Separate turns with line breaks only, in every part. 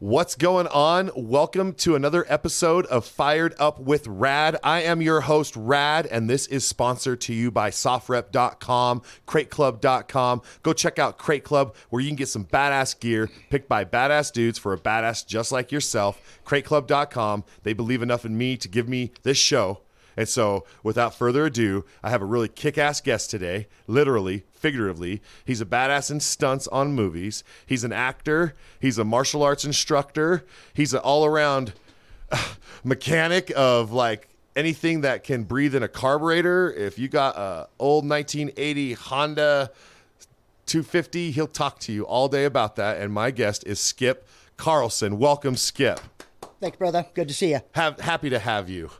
What's going on? Welcome to another episode of Fired Up with Rad. I am your host, Rad, and this is sponsored to you by softrep.com, crateclub.com. Go check out Crate Club, where you can get some badass gear picked by badass dudes for a badass just like yourself. Crateclub.com. They believe enough in me to give me this show. And so, without further ado, I have a really kick ass guest today, literally, figuratively. He's a badass in stunts on movies. He's an actor. He's a martial arts instructor. He's an all around mechanic of like anything that can breathe in a carburetor. If you got a old 1980 Honda 250, he'll talk to you all day about that. And my guest is Skip Carlson. Welcome, Skip.
Thanks, brother. Good to see you.
Have, happy to have you.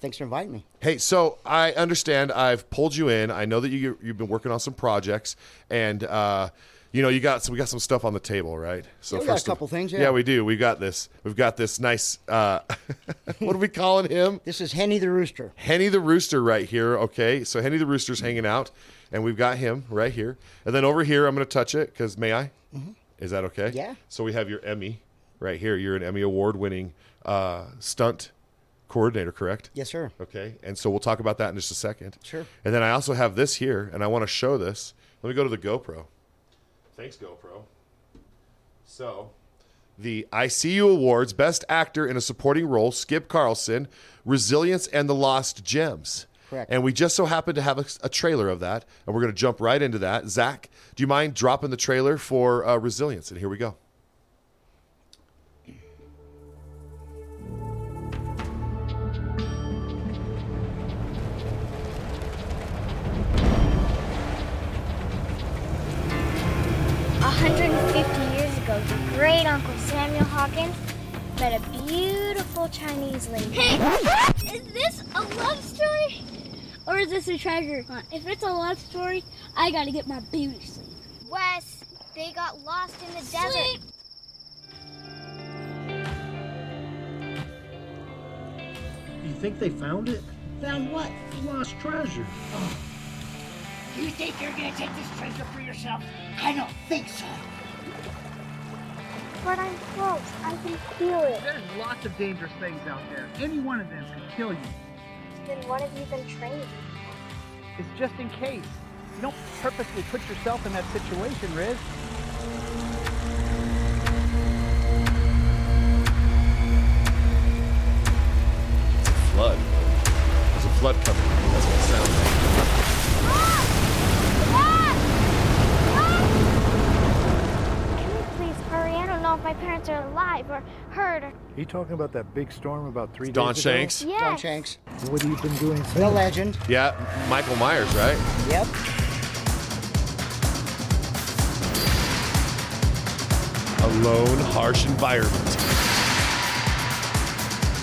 Thanks for inviting me.
Hey, so I understand I've pulled you in. I know that you you've been working on some projects, and uh, you know you got so we got some stuff on the table, right? So
Yeah, we got a
first of-
couple things, yeah.
we do. We got this. We've got this nice. Uh, what are we calling him?
This is Henny the Rooster.
Henny the Rooster right here. Okay, so Henny the Rooster's hanging out, and we've got him right here. And then over here, I'm going to touch it because may I? Is that okay?
Mm-hmm. Yeah.
So we have your Emmy right here. You're an Emmy award-winning uh, stunt coordinator, correct?
Yes, sir.
Okay. And so we'll talk about that in just a second.
Sure.
And then I also have this here, and I want to show this. Let me go to the GoPro. Thanks, GoPro. So, the ICU Awards Best Actor in a Supporting Role, Skip Carlson, Resilience and the Lost Gems.
Correct.
And we just so happen to have a, a trailer of that, and we're going to jump right into that. Zach, do you mind dropping the trailer for uh, Resilience? And here we go.
A 150 years ago, your great uncle Samuel Hawkins met a beautiful Chinese lady.
Hey, is this a love story or is this a treasure hunt? If it's a love story, I gotta get my baby to sleep.
Wes, they got lost in the desert.
Sleep.
You think they found it? Found what? Lost treasure.
You think you're gonna take this treasure for yourself? I don't think so.
But I'm close. I can feel it.
There's lots of dangerous things out there. Any one of them could kill you.
Then what have you been training?
It's just in case. You don't purposely put yourself in that situation, Riz.
Flood. There's a flood coming. That's what it sounds like.
Can you please hurry? I don't know if my parents are alive or hurt or.
You talking about that big storm about three
Don
days ago?
Shanks.
Yes.
Don Shanks,
What have you been doing
the
since?
legend.
Yeah, Michael Myers, right?
Yep.
A lone, harsh environment.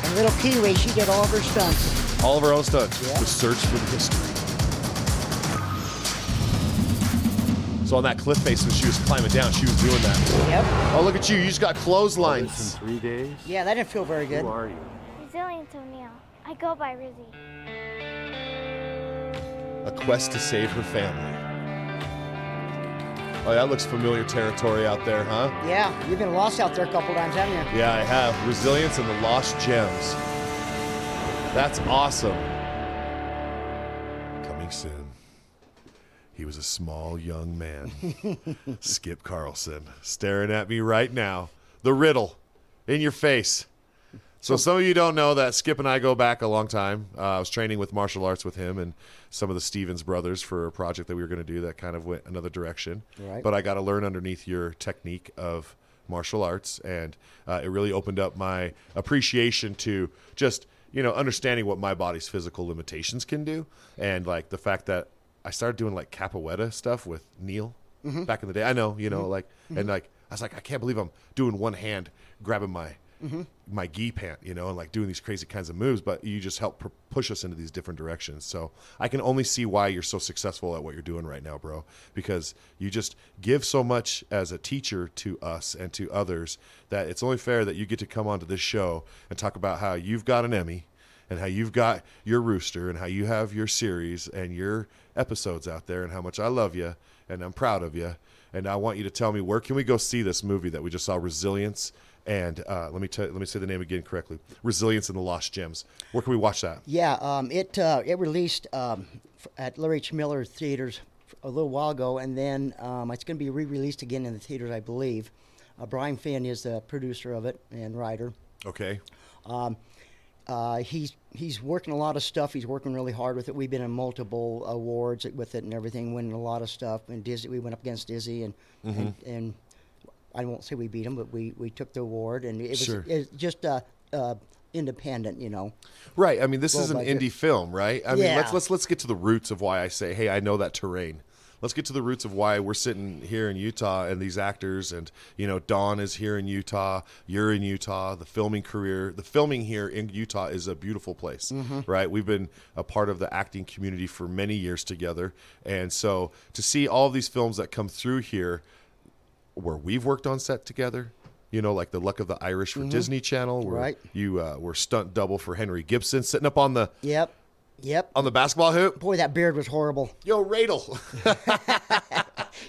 And little Kiwi, she did all of her stunts.
All of our own stunts.
Yeah.
The search for the history. So on that cliff face when she was climbing down, she was doing that.
Yep.
Oh, look at you. You just got
It's
clotheslines.
in three days?
Yeah, that didn't feel very good.
Who are you?
Resilience O'Neill. I go by Rizzy.
A quest to save her family. Oh, that looks familiar territory out there, huh?
Yeah, you've been lost out there a couple times, haven't you?
Yeah, I have. Resilience and the Lost Gems. That's awesome. Coming soon. He was a small young man. Skip Carlson staring at me right now. The riddle in your face. So some of you don't know that Skip and I go back a long time. Uh, I was training with martial arts with him and some of the Stevens brothers for a project that we were going to do that kind of went another direction.
Right.
But I got to learn underneath your technique of martial arts, and uh, it really opened up my appreciation to just you know understanding what my body's physical limitations can do, and like the fact that I started doing like capoeira stuff with Neil Mm-hmm. back in the day. I know, you know, like and like I was like, I can't believe I'm doing one hand grabbing my my gi pant, you know, and like doing these crazy kinds of moves. But you just help pr- push us into these different directions. So I can only see why you're so successful at what you're doing right now, bro, because you just give so much as a teacher to us and to others that it's only fair that you get to come onto this show and talk about how you've got an Emmy and how you've got your rooster and how you have your series and your episodes out there and how much I love you and I'm proud of you and I want you to tell me where can we go see this movie that we just saw, Resilience. And uh, let me tell, let me say the name again correctly. Resilience and the Lost Gems. Where can we watch that?
Yeah, um, it uh, it released um, f- at Larry H. Miller theaters a little while ago, and then um, it's going to be re-released again in the theaters, I believe. Uh, Brian Finn is the producer of it and writer.
Okay.
Um, uh, he's he's working a lot of stuff. He's working really hard with it. We've been in multiple awards with it and everything, winning a lot of stuff. And Dizzy, we went up against Dizzy, and and,
Mm-hmm.
and I won't say we beat him, but we, we took the award, and it was,
Sure.
it was just uh, uh, independent, you know.
Right. I mean, this is an
Low budget.
indie film, right? I mean, let's
Yeah.
let's let's get to the roots of why I say, hey, I know that terrain. Let's get to the roots of why we're sitting here in Utah and these actors and you know Don is here in Utah, you're in Utah, the filming career, the filming here in Utah is a beautiful place, right? We've been a part of the acting community for many years together. And so to see all of these films that come through here where we've worked on set together. You know, like the Luck of the Irish for Disney Channel, where
Mm-hmm. Right.
you uh, were stunt double for Henry Gibson, sitting up on the
Yep, yep.
on the basketball hoop.
Boy, that beard was horrible.
Yo, Radel,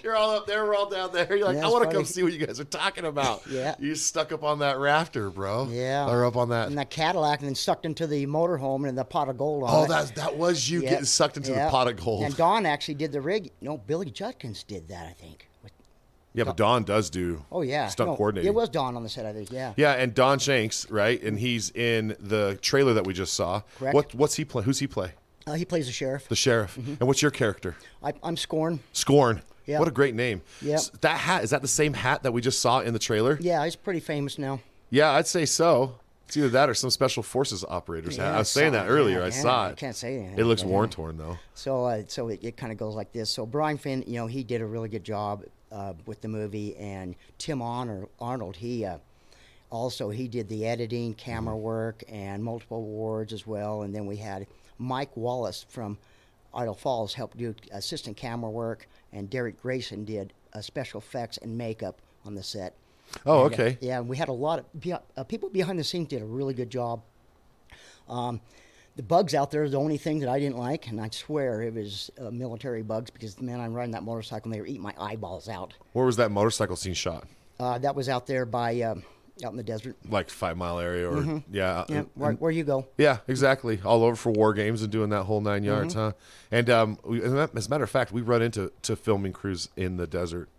you're all up there, we're all down there. You're like,
Yeah,
I
it's
want to
funny.
come see what you guys are talking about.
Yeah.
you stuck up on that rafter, bro.
Yeah.
or up on that.
And the Cadillac, and then sucked into the motorhome and the pot of gold on
oh,
it.
that that was you
Yep,
getting sucked into
yep.
the pot of gold.
And Don actually did the rig. No, Billy Judkins did that, I think.
yeah, but Don does do.
Oh yeah,
stunt
no,
coordinating.
It was Don on the set, I think. Yeah.
Yeah, and Don Shanks, right? And he's in the trailer that we just saw.
Correct.
What what's he play? Who's he play?
Uh, he plays the sheriff.
The sheriff. And what's your character?
I, I'm Scorn.
Scorn.
Mm-hmm. Yeah.
What a great name.
Yeah.
S- That hat, is that the same hat that we just saw in the trailer?
Yeah, he's pretty famous now.
Yeah, I'd say so. It's either that or some special forces operators hat.
Yeah,
I
I
was saying
saw
that
it.
earlier.
Yeah,
I
yeah,
saw
I
it.
can't say anything
It looks
about
war
that.
torn though.
So, uh, so it, it kind of goes like this. So Brian Finn, you know, he did a really good job uh, with the movie, and Tim Honor Arnold, he uh, also he did the editing, camera
Mm-hmm.
work, and multiple awards as well. And then we had Mike Wallace from Idle Falls help do assistant camera work, and Derek Grayson did uh, special effects and makeup on the set.
Oh, okay.
Yeah, and we had a lot of be- uh, people behind the scenes did a really good job. Um, the bugs out there is the only thing that I didn't like, and I swear it was uh, military bugs because man, I'm riding that motorcycle and they were eating my eyeballs out.
Where was that motorcycle scene shot?
Uh, that was out there by um, out in the desert,
Like five mile area or
Mm-hmm.
yeah. uh,
yeah, where, where you go.
Yeah, exactly. All over for war games and doing that whole nine yards, huh? And um, we, as a ma- as a matter of fact, we run into to filming crews in the desert.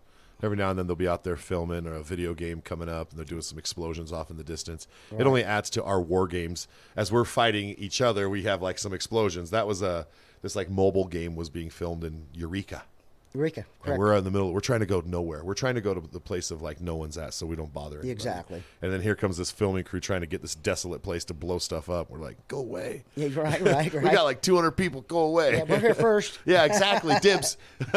Every now and then they'll be out there filming or a video game coming up, and they're doing some explosions off in the distance. It only adds to our war games as we're fighting each other. We have like some explosions. That was a this like mobile game was being filmed in Eureka.
Eureka,
And
correct.
we're in the middle. We're trying to go nowhere. We're trying to go to the place of like no one's at, so we don't bother. Anybody.
Exactly.
And then here comes this filming crew trying to get this desolate place to blow stuff up. We're like, go away.
Yeah, right, right, right.
We got like 200 people. Go away.
yeah, we're here first.
Yeah, exactly. Dibs.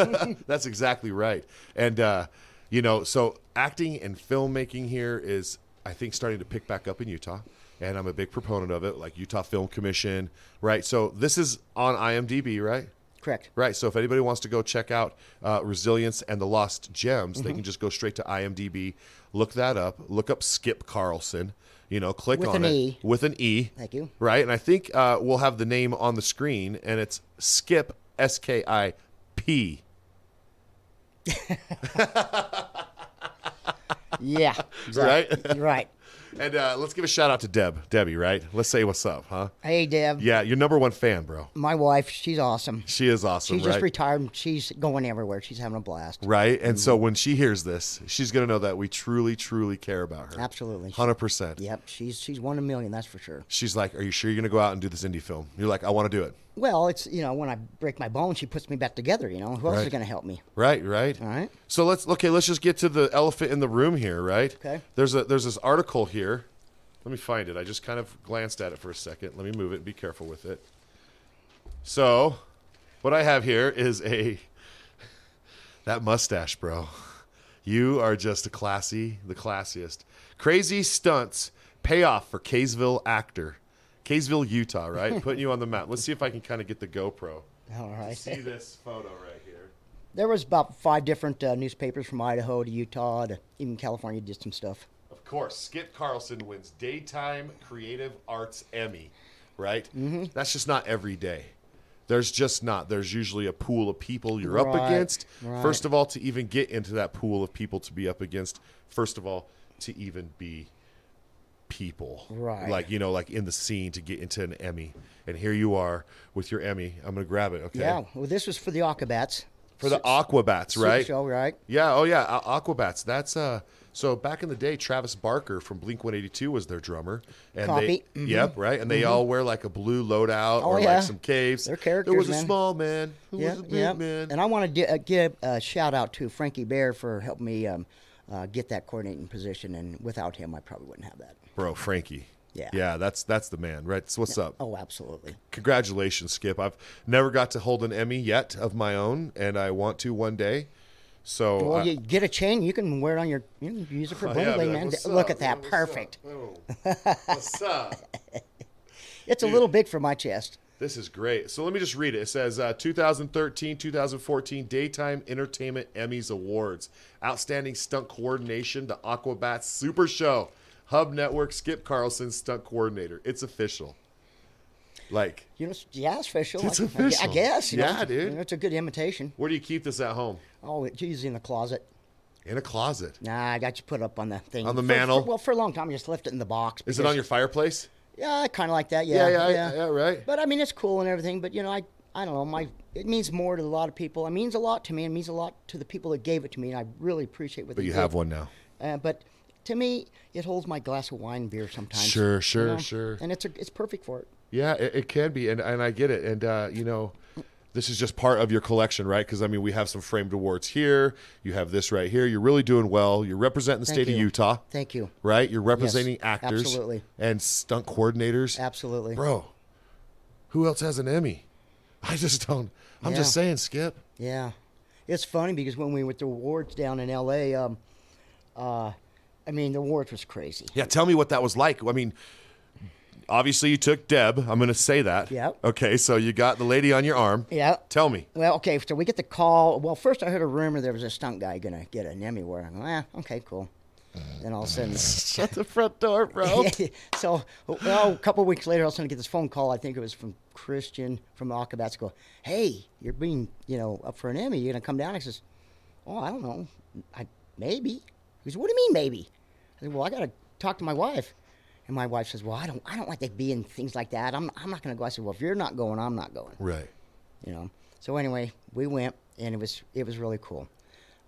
That's exactly right. And uh, you know, so acting and filmmaking here is, I think, starting to pick back up in Utah. And I'm a big proponent of it, like Utah Film Commission, right? So this is on IMDb, right?
Correct.
Right. So if anybody wants to go check out uh, Resilience and the Lost Gems,
Mm-hmm.
they can just go straight to IMDb, look that up, look up Skip Carlson, you know, click
With
on
an
it
E.
with an E.
Thank you.
Right. And I think uh, we'll have the name on the screen, and it's Skip S K I P.
Yeah,
Right.
right.
and uh, let's give a shout out to Deb, Debbie. Right. Let's say what's up, huh?
Hey, Deb.
Yeah, your number one fan, bro.
My wife, she's awesome.
She is awesome.
She's
right?
just retired. and She's going everywhere. She's having a blast.
Right. And
Mm-hmm.
so when she hears this, she's going to know that we truly, truly care about her.
Absolutely.
100%.
Yep, she's she's one in a million. That's for sure.
She's like, Are you sure you're going to go out and do this indie film? You're like, I want to do it.
Well, it's you know when I break my bone, she puts me back together. You know who else
Right.
is going to help me?
Right, right. All
right.
So let's okay, let's just get to the elephant in the room here, right?
Okay.
There's a there's this article here. Let me find it. I just kind of glanced at it for a second. Let me move it. Be careful with it. So, what I have here is a that mustache, bro. You are just a classy, the classiest. Crazy stunts pay off for Kaysville actor. Kaysville, Utah, right? Putting you on the map. Let's see if I can kind of get the GoPro.
All right.
See this photo right here.
There was about five different uh, newspapers from Idaho to Utah to even California did some stuff.
Of course, Skip Carlson wins
Mm-hmm.
Daytime Creative Arts Emmy, right? That's just not every day. There's just not. There's usually a pool of people you're up
Right,
against.
right.
First of all, to even get into that pool of people to be up against, first of all, to even be people.
Right.
Like, you know, like in the scene to get into an Emmy. And here you are with your Emmy. I'm going to grab it, okay?
Yeah. Well, this was for the Aquabats.
For the Aquabats,
Super
right?
Show, right?
Yeah. Oh, yeah. A- Aquabats. That's uh. So back in the day, Travis Barker from Blink 182 was their drummer, and they
Copy.
yep right, and they all wear like a blue loadout
Mm-hmm. Oh,
or
yeah.
like some caves.
They're
There was
characters,
a
man.
small man who
Yeah,
was a big
yeah.
man.
And I want to di- uh, give a shout out to Frankie Bear for helping me um, uh, get that coordinating position. And without him, I probably wouldn't have that.
Bro, Frankie.
Yeah.
Yeah. That's that's the man, right? So what's up?
Oh, absolutely.
Congratulations, Skip. I've never got to hold an Emmy yet of my own, and I want to one day. So
Well,
I-
you get a chain, you can wear it on your, you can use it for
Oh, yeah, I'd be
bling bling,
like,
man.
"What's
Look
up,
at that,
man? What's up?
perfect.
Oh. What's up?
It's a little big for my chest.
This is great. So let me just read it. It says uh, 2013 2014 Daytime Entertainment Emmys Awards. Outstanding Stunt Coordination to Aquabats Super Show. Hub Network Skip Carlson Stunt Coordinator. It's official. Like,
You know, it's- yeah, it's official.
It's
I, I gue- I
official.
guess. You know,
Yeah,
it's-
dude.
you know, it's a good imitation.
where do you keep this at home?
Oh, it's usually in the closet.
In a closet.
Nah, I got you put up on the thing.
On the
For-
mantle?
for- well, for a long time, I just left it in the box.
Is it
because-
on your fireplace?
Yeah, kind of like that.
Yeah, yeah,
Yeah,
yeah, yeah, right.
But I mean, it's cool and everything. But you know, I, I don't know. My, it means more to a lot of people. It means a lot to me. It means a lot to the people that gave it to me, and I really appreciate what.
But
they
you
did.
have one now.
Uh, but to me, it holds my glass of wine, and beer sometimes.
Sure,
you
sure,
know?
sure.
And it's a, it's perfect for it.
Yeah, it, it can be, and and I get it, and uh, you know, this is just part of your collection, right? Because I mean, we have some framed awards here. You have this right here. You're really doing well. You're representing the
Thank
state of
you.
Utah.
Thank you.
Right, you're representing actors,
absolutely.
and stunt coordinators,
Absolutely.
bro. Who else has an Emmy? I just don't. I'm just
Yeah.
saying, Skip.
Yeah, it's funny because when we were at the awards down in L.A., um, uh, I mean the awards was crazy.
Yeah, tell me what that was like. I mean, obviously you took Deb. I'm going to say that.
Yep.
Okay, so you got the lady on your arm.
Yeah.
Tell me.
Well, okay, so we get the call. Well, first I heard a rumor there was a stunt guy gonna get an Emmy award. I'm like, ah, okay, cool. Then all of a sudden,
Shut the front door, bro.
so well, a couple of weeks later, all of a sudden I get this phone call. I think it was from Christian from Aquabats. Go, hey, you're being, you know, up for an Emmy. You're gonna come down. I says, oh, I don't know, I maybe. He goes, what do you mean maybe? I said, well, I gotta talk to my wife. And my wife says, well, I don't, I don't like to be in things like that. I'm, I'm not gonna go. I said, well, if you're not going, I'm not going
right.
you know. So anyway, we went, and it was it was really cool.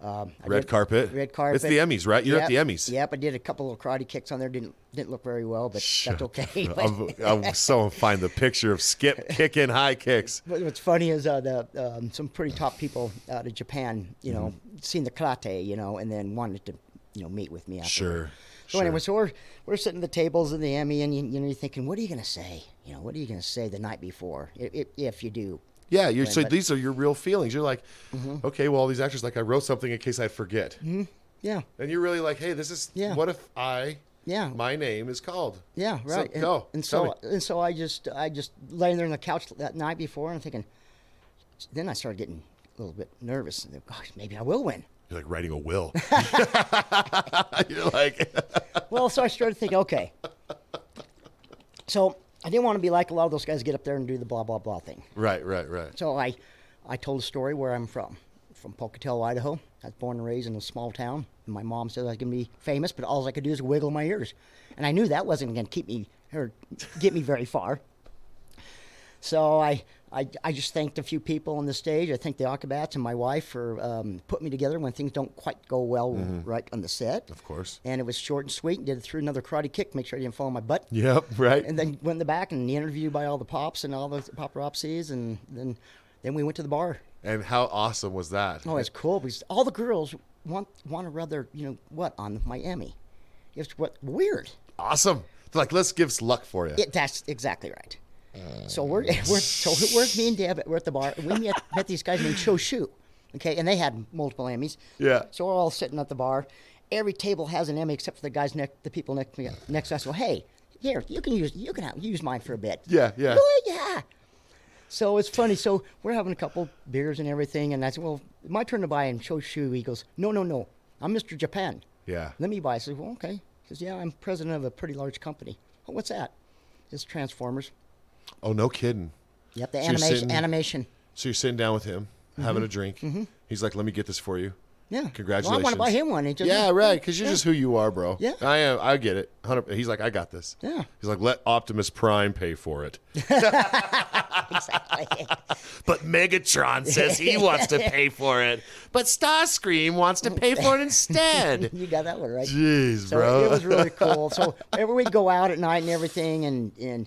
Um, I
Red carpet.
Red carpet.
It's the Emmys, right? You're at
Yep,
the Emmys.
Yep, I did a couple little karate kicks on there. Didn't didn't look very well, but that's okay. But,
I'm, I'm so find the picture of Skip kicking high kicks.
but what's funny is uh, the um, some pretty top people out of Japan, you know,
Mm-hmm.
seen the karate, you know, and then wanted to you know meet with me. After.
Sure.
So anyway, so we're we're sitting at the tables in the Emmy, and you, you know, you're thinking, what are you gonna say? You know, what are you gonna say the night before, if, if, if you do?
Yeah, you're, so
but- Mm-hmm.
these are your real feelings. You're like, okay, well, all these actors, like, I wrote something in case I forget.
Yeah.
And you're really like, hey, this is,
Mm-hmm. Yeah.
what if I,
Yeah.
my name is called?
Yeah,
So,
right. and,
go.
and
tell
so and so I just I just laying there on the couch that night before and thinking. Then I started getting a little bit nervous and gosh, maybe I will win.
me. You're like writing a will. you're like,
Well, so I started thinking, okay. So I didn't want to be like a lot of those guys get up there and do the blah blah blah thing.
right, right, right.
So I, I told a story where I'm from, from Pocatello, Idaho. I was born and raised in a small town. And my mom said I was going to be famous, but all I could do is wiggle my ears, and I knew that wasn't going to keep me or get me very far. So I, I, I just thanked a few people on the stage. I thanked the Aquabats and my wife for um, putting me together when things don't quite go well right on the set.
Mm-hmm. Of course.
And it was short and sweet. And did it through another karate kick, make sure I didn't fall on my butt
Yep, right.
and then went in the back and interviewed by all the pops and all the paparazzi's, and then then we went to the bar.
and how awesome was that?
Oh, it's cool because all the girls want want to rub their you know what on Miami. It's what weird.
awesome. They're like, let's give luck for you.
It, that's exactly right. So we're, we're so we're me and Deb we're at the bar and we met, met these guys named Cho Shu, okay, and they had multiple Emmys.
Yeah.
So we're all sitting at the bar. Every table has an Emmy except for the guys next the people next to me- next to us. Well, hey, here you can use you can have, use mine for a bit.
Yeah, yeah.
Really? Yeah. So it's funny. So we're having a couple beers and everything, and I said, "Well, my turn to buy." And Cho Shu he goes, "No, no, no. I'm Mr. Japan.
Yeah.
Let me buy." I said, "Well, okay." He says, "Yeah, I'm president of a pretty large company. Oh, what's that?" It's Transformers.
Oh, no kidding.
Yep, the
So you're
animation.
sitting-
Animation.
So you're sitting down with him, having a drink. He's like, "Let me get this for you."
Mm-hmm. Yeah. Well,
Congratulations.
I want to buy him one. He just-
yeah, right. Because you're just who you are, bro.
Yeah.
I am. I get it. 100 He's like, I got this.
Yeah.
He's like, let Optimus Prime pay for it. but Megatron says he wants to pay for it, but Starscream wants to pay for it instead.
You got that one right.
Jeez,
So
bro.
it was really cool. So every we'd go out at night and everything, and and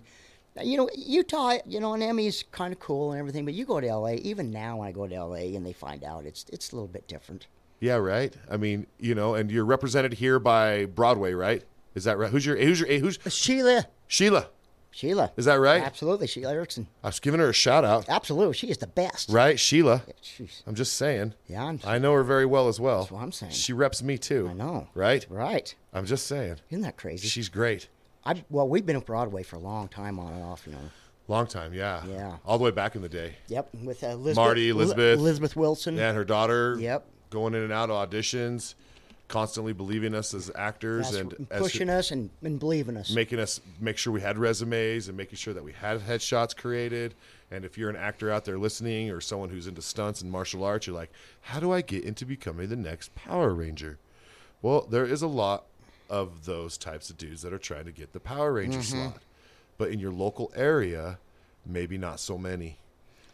you know Utah, you know, and Emmy's kind of cool and everything. But you go to L.A. Even now, when I go to L.A. and they find out, it's it's a little bit different.
yeah, right. I mean, you know, and you're represented here by Broadway, right? Is that right? Who's your who's your who's
Sheila,
Sheila?
Sheila,
Is that right?
Absolutely, Sheila Erickson.
I was giving her a shout out,
Absolutely, she is the best.
right, Sheila?
She's-
I'm just saying.
Yeah, I'm-
I know her very well as well.
That's what I'm saying.
She reps me too.
I know.
Right?
Right.
I'm just saying.
Isn't that crazy?
She's great.
I well, we've been at Broadway for a long time, on and off. You know.
Long time, yeah.
Yeah.
All the way back in the day.
Yep. With uh, Elizabeth,
Marty,
Eli-
Elizabeth.
Elizabeth Wilson.
Yeah, and her daughter.
Mm. Yep.
Going in and out of auditions, constantly believing us as actors
That's-
and as-
pushing us and, and believing us.
making us make sure we had resumes and making sure that we had headshots created. And if you're an actor out there listening or someone who's into stunts and martial arts, you're like, how do I get into becoming the next Power Ranger? Well, there is a lot of those types of dudes that are trying to get the Power Ranger slot. But in your local area, maybe not so many.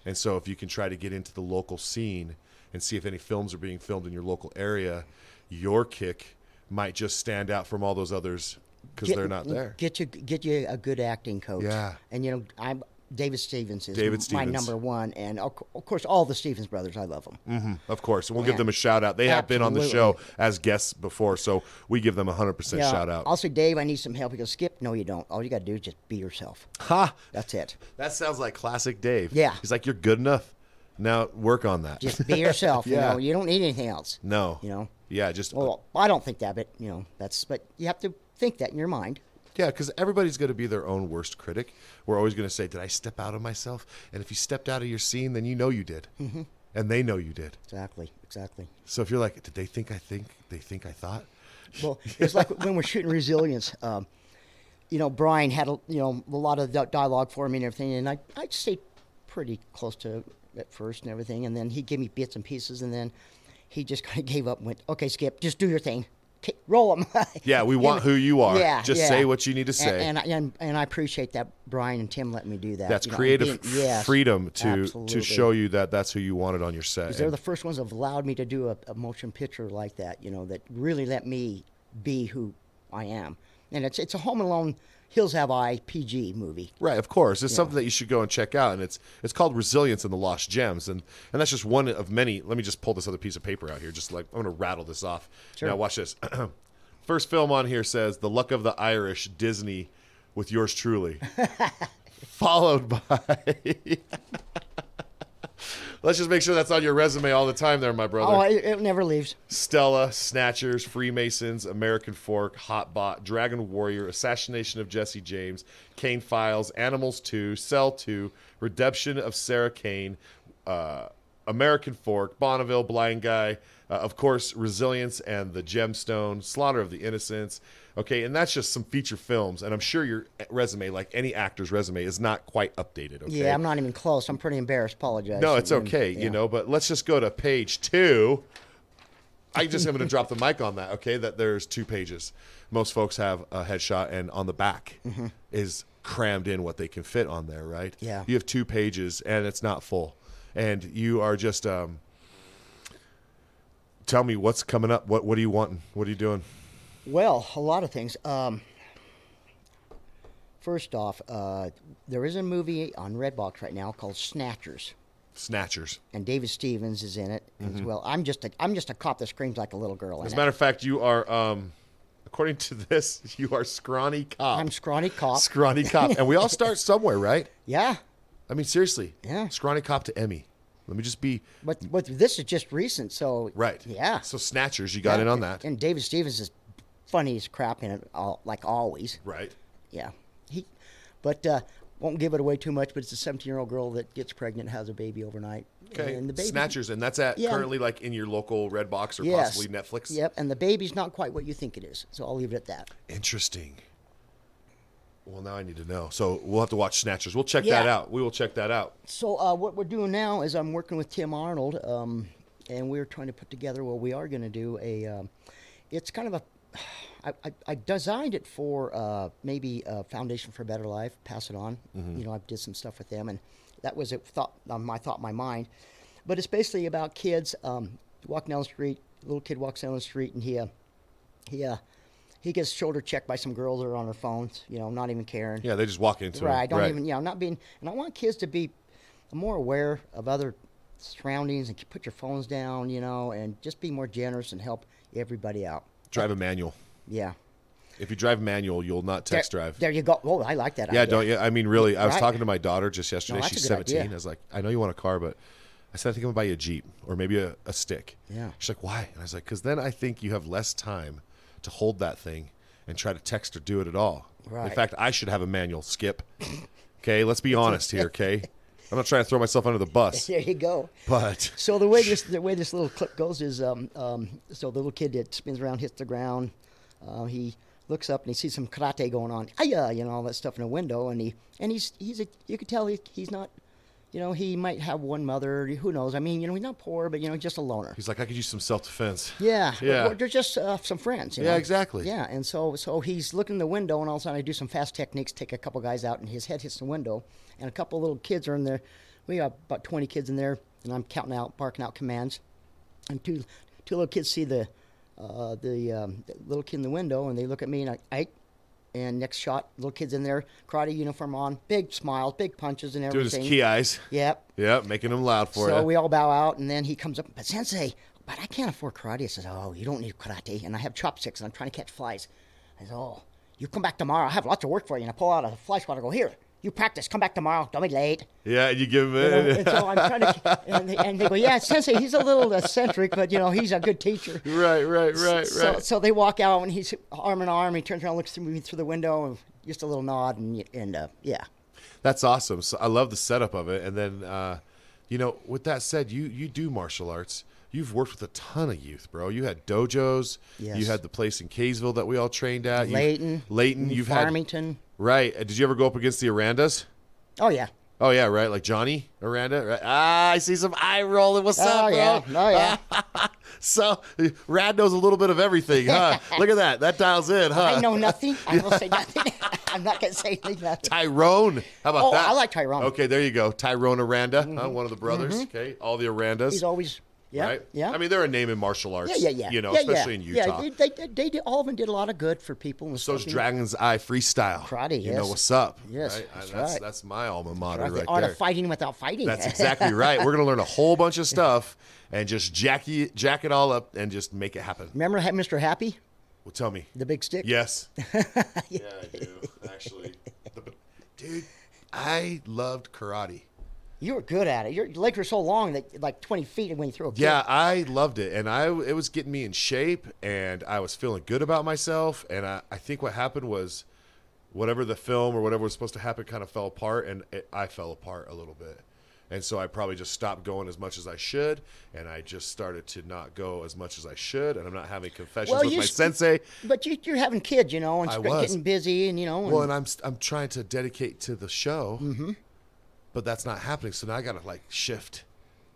And so if you can try to get into the local scene and see if any films are being filmed in your local area, your kick might just stand out from all those others because they're not there.
Get you get you a good acting coach.
Yeah.
And you know, I'm David Stevens is
David
my
Stevens.
number one, and of, co- of course all the Stevens brothers, I love them.
Of course, and we'll give them a shout out. They have been on the show
Absolutely.
as guests before, so we give them a hundred percent shout out.
Also, Dave, I need some help. He goes, Skip, no, you don't. All you got to do is just be yourself.
ha!
That's it.
That sounds like classic Dave.
Yeah.
he's like, you're good enough. Now work on that.
Just be yourself.
Yeah.
You know, you don't need anything else.
no,
You know.
yeah, just
Well, I don't think that, but you know, that's. But you have to think that in your mind.
yeah, because everybody's going to be their own worst critic. We're always going to say, "Did I step out of myself?" And if you stepped out of your scene, then you know you did, mm-hmm. and they know you did.
Exactly. Exactly.
So if you're like, "Did they think I think they think I
Uh,
thought?"
Well, it's like when we're shooting Resilience. Um, you know, Brian had a, you know a lot of the dialogue for me and everything, and I I stayed pretty close to it at first and everything, and then he gave me bits and pieces, and then he just kind of gave up and went, "Okay, Skip, just do your thing, K- roll them."
Yeah, we want who you are.
Yeah,
Just
yeah.
say what you need to
And-
say.
and, I, and and I appreciate that Brian and Tim let me do that.
That's
you know,
creative
being- yes,
freedom to to
absolutely.
show you that that's who you wanted on your set.
'Cause They're
And-
the first ones that have allowed me to do a, a motion picture like that, you know, that really let me be who I am. And it's it's a Home Alone, Hills Have I PG movie.
Right, of course. It's something that you should go and check out, and it's it's called Resilience and the Lost Gems, and and that's just one of many. Let me just pull this other piece of paper out here. Just like I'm going to rattle this off. Now watch this. First film on here says "The Luck of the Irish," Disney, with yours truly, followed by. Let's just make sure that's on your resume all the time, there, my brother.
Oh, it, it never leaves.
Stella, Snatchers, Freemasons, American Fork, Hotbot, Dragon Warrior, Assassination of Jesse James, Kane Files, Animals 2, Cell 2, Redemption of Sarah Kane, uh, American Fork, Bonneville, Blind Guy, uh, of course, Resilience and the Gemstone, Slaughter of the Innocents. Okay, and that's just some feature films. And I'm sure your resume, like any actor's resume, is not quite updated. Okay?
Yeah, I'm not even close. I'm pretty embarrassed. Apologize.
No, it's
And-
okay,
yeah.
you know, but let's just go to page two. I just am going to drop the mic on that, okay? That there's two pages. Most folks have a headshot, and on the back is crammed in what they can fit on there, right?
Mm-hmm. Yeah.
You have two pages, and it's not full. And you are just, um, tell me what's coming up. What, what are you wanting? What are you doing?
Well, a lot of things. Um, first off, uh, there is a movie on Redbox right now called Snatchers.
Snatchers.
And David Stevens is in it as well. I'm just a I'm just a cop that screams like a little girl.
Mm-hmm. As
in
a
it.
matter of fact, you are, um, according to this, you are scrawny cop.
I'm scrawny cop.
Scrawny cop. And we all start somewhere, right?
yeah,
I mean, seriously.
Yeah.
Scrawny cop to Emmy. Let me just be
But but this is just recent, so
right.
Yeah,
So Snatchers, you got in on that,
And David Stevens is funny as crap in it, all, like always.
right?
Yeah, he, but uh, won't give it away too much. But it's a 17 year old girl that gets pregnant, has a baby overnight,
Okay.
and the baby
Snatchers, and that's at
Yeah.
currently like in your local Red Box or
Yes.
possibly Netflix.
Yep, and the baby's not quite what you think it is. So I'll leave it at that.
Interesting. Well, now I need to know. So we'll have to watch Snatchers. We'll check that
Yeah.
out. We will check that out.
So uh, what we're doing now is I'm working with Tim Arnold, um, and we're trying to put together. Well, we are going to do a. Um, it's kind of a. I, I, I designed it for uh, maybe uh, Foundation for a Better Life. Pass it on. You know, I did some stuff with them, and that was a thought on my thought, in my mind. But it's basically about kids um, walking down the street. Little kid walks down the street, and he uh, he uh, he gets shoulder checked by some girls that are on their phones. You know, not even caring.
Yeah, they just walk into it.
Right. Don't even. You know, not being. And I want kids to be more aware of other surroundings and put your phones down. You know, and just be more generous and help everybody out.
Drive a manual.
Yeah.
If you drive manual, you'll not text
there,
drive.
There you go. Oh, I like that.
yeah,
idea.
don't you? I mean, really, I was
Right.
talking to my daughter just yesterday.
that's
She's
a good
17.
idea.
I was like, I know you want a car, but I said, I think I'm going to buy you a Jeep or maybe a, a stick.
Yeah.
She's like, why? And I was like, because then I think you have less time to hold that thing and try to text or do it at all. In
Right.
fact, I should have a manual, Skip. Okay, let's be honest here, okay? I'm not trying to throw myself under the bus,
There you go.
but
So the way this the way this little clip goes is um, um, so the little kid that spins around hits the ground. Uh, he looks up and he sees some karate going on. Aya, you know all that stuff in a window, and he and he's he's a, you could tell he, he's not, you know he might have one mother. Who knows? I mean, you know he's not poor, but you know just a loner.
he's like, I could use some self defense.
Yeah,
Yeah.
Or they're just uh, some friends. you
Yeah,
know?
exactly.
Yeah, and so so he's looking in the window, and all of a sudden I do some fast techniques, take a couple guys out, and his head hits the window, and a couple little kids are in there. We got about twenty kids in there, and I'm counting out, barking out commands, and two two little kids see the uh, the um, the little kid in the window, and they look at me, and I, I and next shot, little kids in there, karate uniform on, big smiles, big punches, and
Doing his
everything.
key eyes.
Yep.
Yeah, making them loud for
So
you.
we all bow out, and then he comes up, but Sensei, but I can't afford karate. I says, Oh, you don't need karate. And I have chopsticks, and I'm trying to catch flies. I says, Oh, you come back tomorrow. I have lots of work for you. And I pull out a fly swatter, go, Here, you practice. Come back tomorrow. Don't be late.
yeah, you give him
You know,
it.
and so I'm trying to, and they, and they go, Yeah, Sensei, he's a little eccentric, but you know, he's a good teacher.
right, right, right, right.
So, so they walk out, and he's arm in arm. He turns around, looks through me through the window, and just a little nod, and, and uh, yeah.
That's awesome. So I love the setup of it. And then, uh, you know, with that said, you you do martial arts. You've worked with a ton of youth, bro. You had dojos.
Yes.
You had the place in Kaysville that we all trained at. You've-
Layton. Mm-hmm.
Layton. You've had
Farmington.
right. Uh, Did you ever go up against the Arandas?
Oh, yeah.
Oh yeah, right. Like Johnny Aranda. Right? Ah, I see some eye rolling. What's up,
Oh,
bro?
yeah. Oh, yeah.
So Rad knows a little bit of everything, huh? Look at that. That dials in, huh?
I know nothing. I will say nothing. I'm not going to say nothing.
Tyrone. How about
Oh,
that?
I like Tyrone. Mm-hmm.
Okay, there you go. Tyrone Aranda, huh? one of the brothers. Okay, all the Arandas.
He's always, yeah,
right?
yeah.
I mean, they're a name in martial arts.
yeah, yeah, yeah.
You know,
yeah,
especially in
yeah.
Utah.
Yeah, they, they, they did, all of them did a lot of good for people. And
So's
stuff, you know.
Dragon's Eye Freestyle.
Karate,
You know
yes.
what's up.
Yes,
right? I-
that's
that's,
right.
that's my alma mater
Right,
right
the art
there.
of fighting without fighting.
That's exactly right. We're going to learn a whole bunch of stuff and just jack, it- jack it all up and just make it happen.
Remember Ha- Mr. Happy,
Well, tell me.
the big stick?
Yes. yeah, I do, actually. The- but- dude, I loved karate.
You were good at it. Your legs were so long that like 20 feet when you threw a kick.
Yeah, I loved it, and I it was getting me in shape, and I was feeling good about myself. And I, I think what happened was, whatever the film or whatever was supposed to happen kind of fell apart, and it, I fell apart a little bit, and so I probably just stopped going as much as I should, and I just started to not go as much as I should, and I'm not having confessions
Well,
with
you
my
s-
sensei.
But you, you're having kids, you know, and
I
sp-
was.
getting busy and, you know. And, Mm-hmm.
Well, and I'm st- I'm trying to dedicate to the show, but that's not happening. So now I got to like shift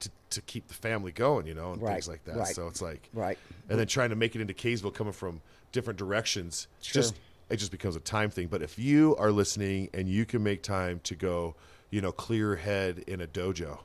to, to keep the family going, you know, and
Right,
things like that.
right,
So it's like
right.
and then trying to make it into Kaysville coming from different directions. Just
Sure.
it just becomes a time thing. But if you are listening and you can make time to go, you know, clear your head in a dojo,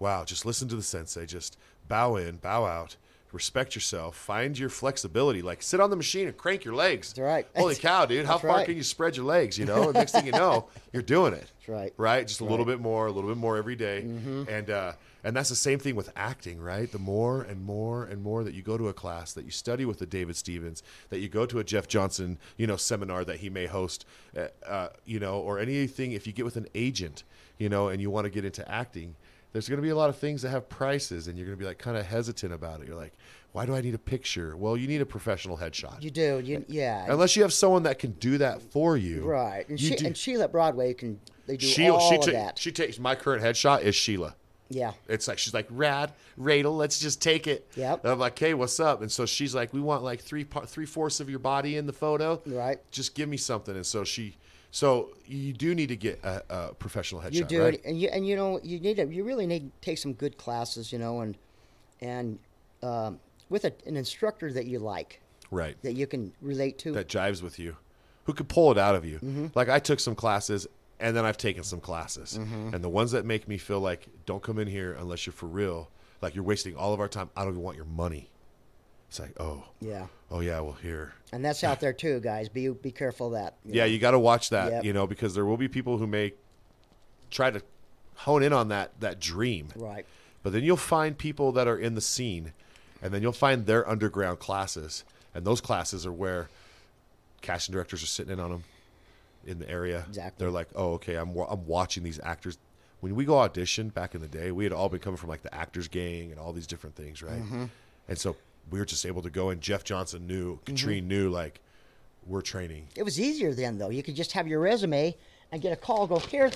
wow, just listen to the sensei. Just bow in, bow out. Respect yourself. Find your flexibility. Like sit on the machine and crank your legs.
That's right.
Holy cow, dude! How
That's
far
right.
can you spread your legs? You know. And next thing you know, you're doing it.
That's right. Mm-hmm.
Right. Just a little bit more, a little bit more every day. And uh, and that's the same thing with acting, right? The more and more and more that you go to a class, that you study with a David Stevens, that you go to a Jeff Johnson, you know, seminar that he may host, uh, uh, you know, or anything. If you get with an agent, you know, and you want to get into acting, there's going to be a lot of things that have prices, and you're going to be like kind of hesitant about it. You're like, why do I need a picture? Well, you need a professional headshot.
you do. You, yeah.
Unless you have someone that can do that for you,
right. And,
you
she,
do-
and Sheila at Broadway can, they do
Sheila,
all
she
of
ta-
that.
She takes my current headshot is Sheila.
Yeah.
It's like she's like rad, Radel, let's just take it.
Yep.
And I'm like, hey, what's up? And so she's like, we want like three par- three fourths of your body in the photo.
Right.
Just give me something. And so she, so you do need to get a, a professional headshot.
You do
right?
it, and you and you know you need to, you really need to take some good classes, you know, and and um, with a, an instructor that you like
Right.
that you can relate to.
that jives with you, who could pull it out of you.
Mm-hmm.
Like I took some classes and then I've taken some classes.
Mm-hmm.
And the ones that make me feel like don't come in here unless you're for real, like you're wasting all of our time. I don't even want your money. It's like, oh.
yeah,
Oh yeah, well here.
and that's out there too, guys. Be be careful of that. you
Yeah, you got to watch that,
Yep.
you know, because there will be people who may try to hone in on that that dream.
know. right.
But then you'll find people that are in the scene, and then you'll find their underground classes, and those classes are where casting directors are sitting in on them in the area.
Exactly.
They're like, oh, okay, I'm wa- I'm watching these actors. When we go audition back in the day, we had all been coming from like the actors gang and all these different things, right?
Mm-hmm.
And so we were just able to go in. Jeff Johnson knew,
Mm-hmm.
Katrine knew, like we're training.
It was easier then, though. You could just have your resume and get a call. Go here,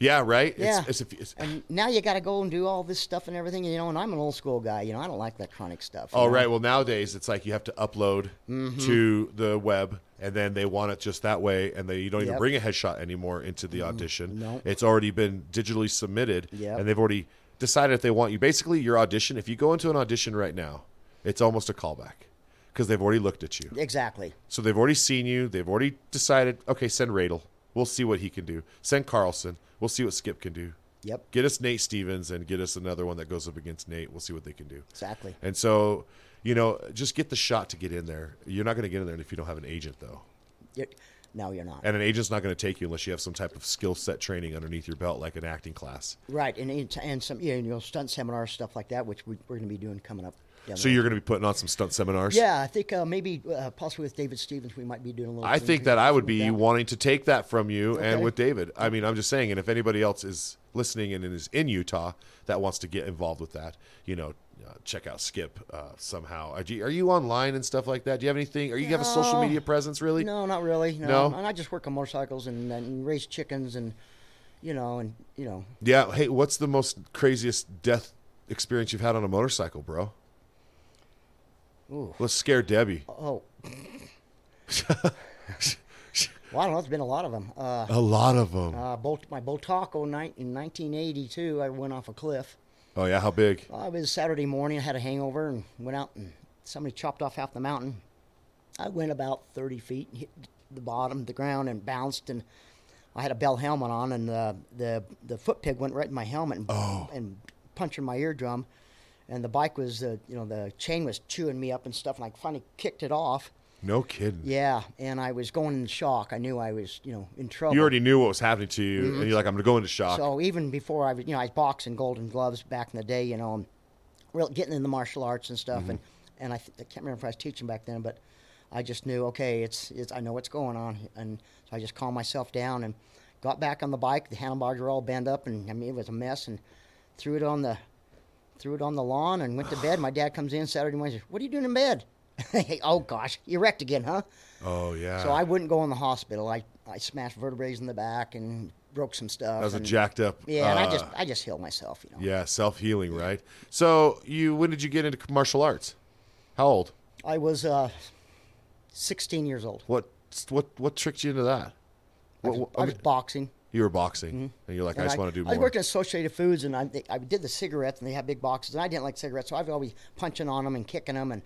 Yeah, right.
yeah.
It's, it's, it's,
and now you got to go and do all this stuff and everything, you know. And I'm an old school guy, you know. I don't like electronic stuff. you
All Oh,
know. Mm-hmm.
right. Well, nowadays it's like you have to upload to the web, and then they want it just that way, and they you don't even
Yep.
bring a headshot anymore into the audition.
no.
It's already been digitally submitted,
Yep.
and they've already decided if they want you. Basically, your audition. If you go into an audition right now, it's almost a callback because they've already looked at you.
Exactly.
So they've already seen you. They've already decided. Okay, send Radel. We'll see what he can do. Send Carlson. We'll see what Skip can do.
Yep.
Get us Nate Stevens and get us another one that goes up against Nate. We'll see what they can do.
Exactly.
And so, you know, just get the shot to get in there. You're not going to get in there if you don't have an agent, though.
You're- no, you're not.
And an agent's not going to take you unless you have some type of skill set training underneath your belt, like an acting class.
Right, and and- and some you know stunt seminars stuff like that, which we, we're going to be doing coming up. down
So
the road.
you're going to be putting on some stunt seminars.
yeah, I think uh, maybe uh, possibly with David Stevens, we might be doing a little.
I think that I would be
one.
wanting to take that from you and
Okay.
with David. I mean, I'm just saying, and if anybody else is listening and is in Utah that wants to get involved with that, you know, uh, check out Skip uh, somehow. Are you, are you online and stuff like that? Do you have anything? Are you have a social
No.
media presence really?
No, not really.
No?
No, and I just work on motorcycles and, and raise chickens and you know and you know
Yeah. Hey, what's the most craziest death experience you've had on a motorcycle, bro?
Ooh.
Let's scare Debbie.
oh. well, I don't know. There's been a lot of them. Uh,
A lot of them.
uh, Bolt, my Boltaco night in 1982, I went off a cliff.
oh yeah, how big?
Well, it was Saturday morning. I had a hangover and went out and somebody chopped off half the mountain. I went about 30 feet and hit the bottom, the ground, and bounced. And I had a bell helmet on, and the the, the foot pig went right in my helmet and,
Oh.
and punctured my eardrum. And the bike was, uh, you know, the chain was chewing me up and stuff. And I finally kicked it off.
No kidding.
Yeah, and I was going in shock. I knew I was, you know, in trouble.
You already knew what was happening to you, and you're like, I'm gonna go into shock.
Mm-hmm. So even before I was, you know, I was boxing Golden Gloves back in the day, you know, and real getting in the martial arts and
Mm-hmm.
stuff, and and I, th- I can't remember if I was teaching back then, but I just knew, okay, it's it's I know what's going on, and so I just calmed myself down and got back on the bike. The handlebars were all bent up, and I mean it was a mess, and threw it on the threw it on the lawn and went to bed. My dad comes in Saturday morning, and says, "What are you doing in bed?" oh gosh, you wrecked again, huh?
oh yeah.
So I wouldn't go in the hospital. I, I smashed vertebrae in the back and broke some stuff.
that was a
and-
jacked up.
yeah, and I just
uh,
I just healed myself, you know.
Yeah, self healing, right? So you, when did you get into martial arts? How old?
I was uh, 16 years old.
What, what, what tricked you into that?
I
What,
was,
what-
I was boxing.
you were boxing, and you're like, I
and
just want to do
Mm-hmm. I
more.
worked at Associated Foods, and I, they, I did the cigarettes, and they had big boxes, and I didn't like cigarettes, so I was always punching on them and kicking them, and,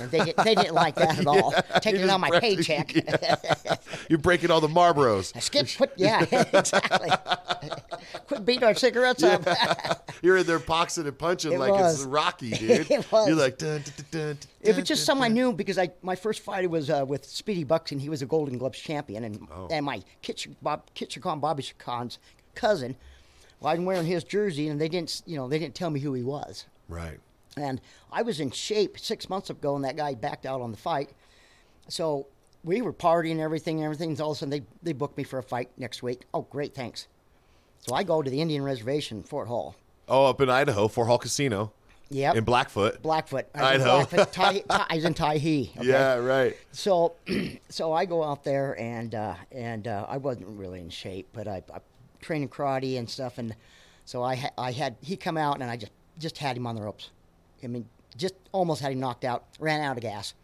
and they, did, they didn't like that at all. Taking it
just
on my
practicing-
paycheck.
you're breaking all the Marlboros.
Skip, quit, yeah, exactly. quit beating our cigarettes up.
You're in there boxing and punching
It
like it's
was.
Rocky, dude.
It was.
You're like, dun, dun, dun, dun, dun,
If it's just
dun,
someone I knew, because I my first fight was uh, with Speedy Bucks, and he was a Golden Gloves champion, and
Oh.
and my Kitch, Bob Kitchikon Bobby Chicon's cousin. Well, I'm wearing his jersey, and they didn't, s- you know, they didn't tell me who he was.
dun. Right.
And I was in shape six months ago, and that guy backed out on the fight. So we were partying, and everything, and everything. and All of a sudden, they they booked me for a fight next week. Oh, great, thanks. So I go to the Indian Reservation, Fort Hall.
Oh, up in Idaho, Fort Hall Casino.
Yep.
In Blackfoot.
Blackfoot. I was in
Idaho.
Blackfoot. Ti- Ti- I was in Taihee. okay?
Yeah, right.
So, so I go out there and uh, and uh, I wasn't really in shape, but I, I trained in karate and stuff, and So I ha- I had he come out and I just just had him on the ropes. I mean, just almost had him knocked out. Ran out of gas.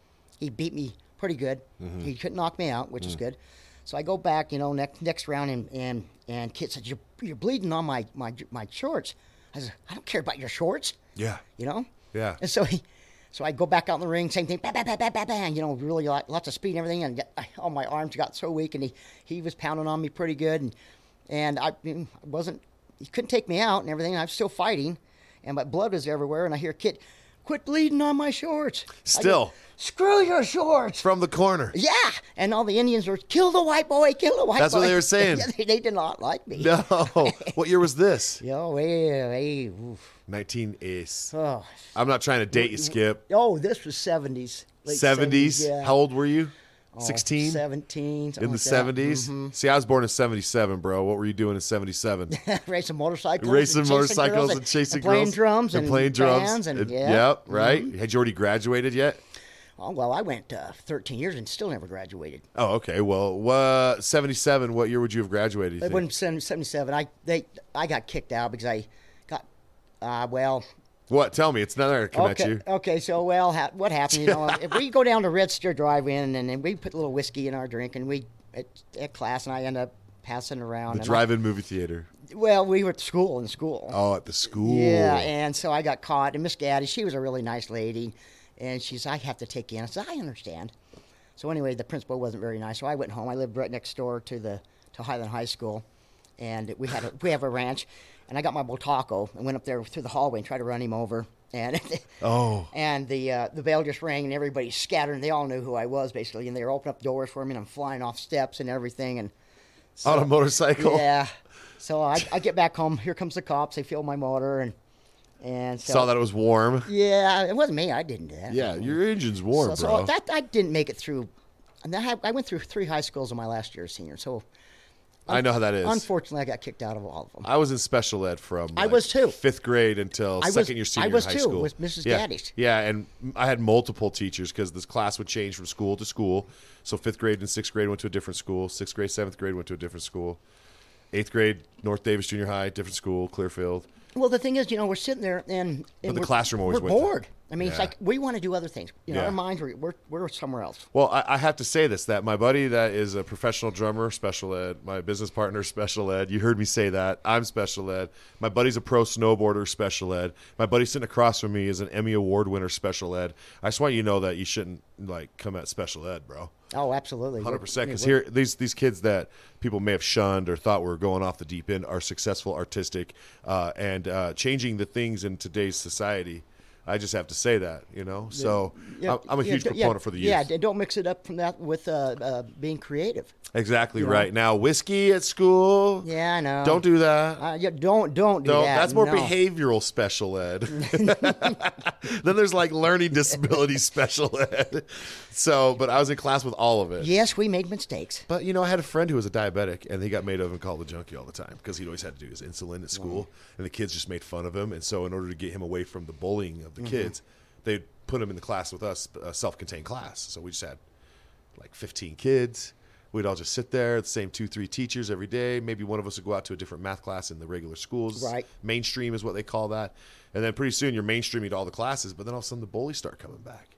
He beat me pretty good. He couldn't knock me out, which is good. So I go back, you know, next next round, and and and Kit said, "You're you're bleeding on my my my shorts." I said, "I don't care about your shorts."
Yeah.
you know?
Yeah.
And so he, so I go back out in the ring, same thing, bam, bam, bam, bam, bam, bam, you know, really lot, lots of speed and everything. And I, all my arms got so weak, and he, he was pounding on me pretty good. And, and I mm, wasn't, he couldn't take me out and everything. And I'm still fighting, and my blood was everywhere. And I hear Kit, quit bleeding on my shorts. I go,
Still.
Screw your shorts.
From the corner.
Yeah. And all the Indians were, kill the white boy, kill the white
That's
boy.
what they were saying.
they, they did not like me.
No. what year was this?
Yo, hey, hey, oof.
19 is.
Oh,
I'm not trying to date you, Skip.
Oh, this was 70s. late
70s.
yeah.
How old were you?
Oh, Mm-hmm.
16?
17.
in the 70s? See, I was born in 77, bro. What were you doing in 77?
Racing motorcycles.
Racing
and chasing
motorcycles
girls
and chasing
and Playing
girls
drums and,
playing drums.
bands and,
and-
yeah. Mm-hmm.
Yep, right? Had you already graduated yet?
Oh, well, I went uh, 13 years and still never graduated.
Oh, okay. Well, wha- 77, what year would you have graduated? You
It
think?
wasn't 77. I they I got kicked out because I got, uh, well,
What? Tell me. It's not going to come
okay,
at you.
okay. So well, ha- what happened? You know, if we go down to Red Steer Drive-In and, and we put a little whiskey in our drink and we at, at class and I end up passing around.
The
and I-
drive in movie theater.
well, we were at school in school.
Oh, at the school.
Yeah, and so I got caught. And Miss Gaddy, she was a really nice lady, and she said, "I have to take you." in." I said, "I understand." So anyway, the principal wasn't very nice. So I went home. I lived right next door to the to Highland High School, and we had a, we have a ranch, and I got my bull taco and went up there through the hallway and tried to run him over. And
Oh.
and the uh, the bell just rang and everybody scattered. And they all knew who I was basically, and they were opening up doors for me, and I'm flying off steps and everything, and.
on a motorcycle.
Yeah. So I, I get back home. Here comes the cops. They feel my motor and and so,
Saw that it was warm.
Yeah, it wasn't me. I didn't do that.
Yeah, your engine's warm,
So, so
bro.
that I didn't make it through. And I, had- I went through three high schools in my last year as senior. So
I know how that is.
unfortunately, I got kicked out of all of them.
I was in special ed from
I
like,
was too.
fifth grade until
I was-
second year senior
I was
in high
too,
school
with Mrs.
Yeah.
Gaddish.
Yeah, and I had multiple teachers because this class would change from school to school. So fifth grade and sixth grade went to a different school. Sixth grade, seventh grade went to a different school. Eighth grade, North Davis Junior High, different school, Clearfield.
Well, the thing is, you know, we're sitting there and, and
the
we're-
classroom always
we're
went to-
bored. I mean, it's
Yeah.
like we want to do other things. You know,
Yeah.
our minds were we're, we're somewhere else.
Well, I, I have to say this that my buddy that is a professional drummer, special ed, my business partner, special ed. You heard me say that. I'm special ed. My buddy's a pro snowboarder, special ed. My buddy sitting across from me is an Emmy Award winner, special ed. I just want you to know that you shouldn't like come at special ed, bro.
Oh, absolutely. We're-
Hundred percent. Because
I mean,
here, these these kids that people may have shunned or thought were going off the deep end are successful, artistic, uh, and uh, changing the things in today's society. I just have to say that, you know. So
we're- yeah,
I'm, I'm a
yeah,
huge
d- yeah,
proponent for the youth.
Yeah, d- don't mix it up from that with uh, uh, being creative.
Exactly right. Now whiskey at school.
Yeah, I know.
Don't do that.
Uh, yeah, don't don't do
no,
that.
that's more
no.
behavioral special ed. then there's like learning disability special ed. So, but I was in class with all of it.
Yes, we made mistakes.
But you know, I had a friend who was a diabetic, and he got made of and called a junkie all the time because he'd always had to do his insulin at school, and the kids just made fun of him. And so, in order to get him away from the bullying of the kids, they'd put him in the class with us, a self-contained class. So we just had like 15 kids. We'd all just sit there, the same two, three teachers every day. Maybe one of us would go out to a different math class in the regular schools.
Right.
Mainstream is what they call that. And then pretty soon you're mainstreaming to all the classes, but then all of a sudden the bullies start coming back.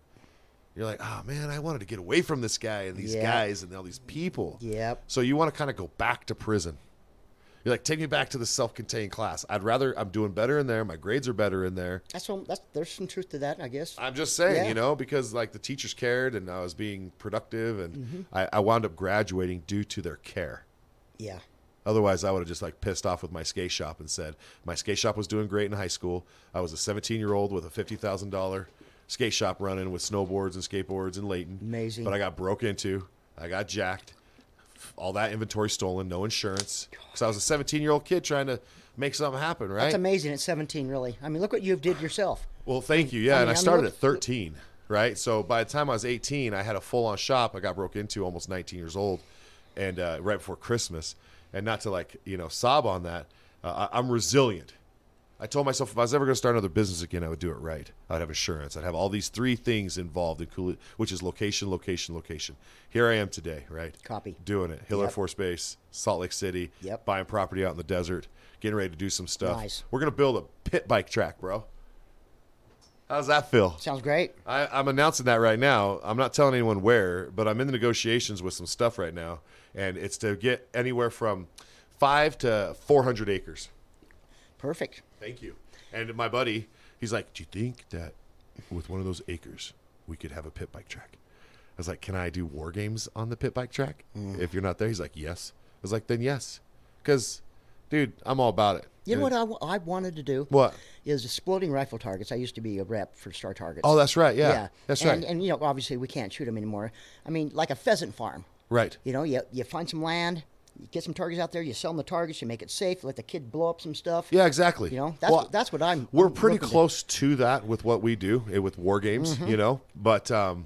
You're like, oh man, I wanted to get away from this guy and these
Yeah.
guys and all these people.
Yep.
So you want to kind of go back to prison. You're like, take me back to the self contained class. I'd rather, I'm doing better in there. My grades are better in there.
That's some, that's there's some truth to that, I guess.
I'm just saying,
Yeah.
you know, because like the teachers cared and I was being productive and
Mm-hmm.
I, I wound up graduating due to their care.
yeah.
Otherwise, I would have just like pissed off with my skate shop and said, My skate shop was doing great in high school. I was a 17 year old with a $50,000 skate shop running with snowboards and skateboards in Layton.
Amazing.
But I got broke into, I got jacked, all that inventory stolen, no insurance. Because I was a 17 year old kid trying to make something happen, right?
That's amazing at 17, really. I mean, look what you've did yourself.
Well, thank you. Yeah,
I
and
mean,
I
I'm
started
look-
at 13, right? So by the time I was 18, I had a full-on shop. I got broke into almost 19 years old, and uh, right before Christmas. And not to like you know sob on that, uh, I- I'm resilient. I told myself if I was ever going to start another business again, I would do it right. I'd have assurance. I'd have all these three things involved, inclu- which is location, location, location. Here I am today, right?
Copy.
Doing it. Hill Air
Yep.
Force Base, Salt Lake City.
Yep.
Buying property out in the desert. Getting ready to do some stuff.
Nice.
We're going to build a pit bike track, bro. How's that feel?
Sounds great.
I, I'm announcing that right now. I'm not telling anyone where, but I'm in the negotiations with some stuff right now, and it's to get anywhere from five to 400 acres.
Perfect.
Thank you. And my buddy, he's like, "Do you think that with one of those acres, we could have a pit bike track?" I was like, "Can I do war games on the pit bike track?
Mm.
If you're not there?" He's like, "Yes." I was like, "Then yes," because, dude, I'm all about it.
You know
And-
what I, w- I wanted to do?
What?
Is exploding rifle targets. I used to be a rep for Star Targets.
Oh, that's right. Yeah, that's
and,
right.
And, you know, obviously we can't shoot them anymore. I mean, like a pheasant farm.
right.
You know, you, you find some land, you get some targets out there, you sell them the targets, you make it safe, let the kid blow up some stuff.
Yeah, exactly.
You know, that's, what, that's what I'm.
We're
I'm
pretty
looking to-
close to. that with what we do eh, with war games,
Mm-hmm.
you know. But um,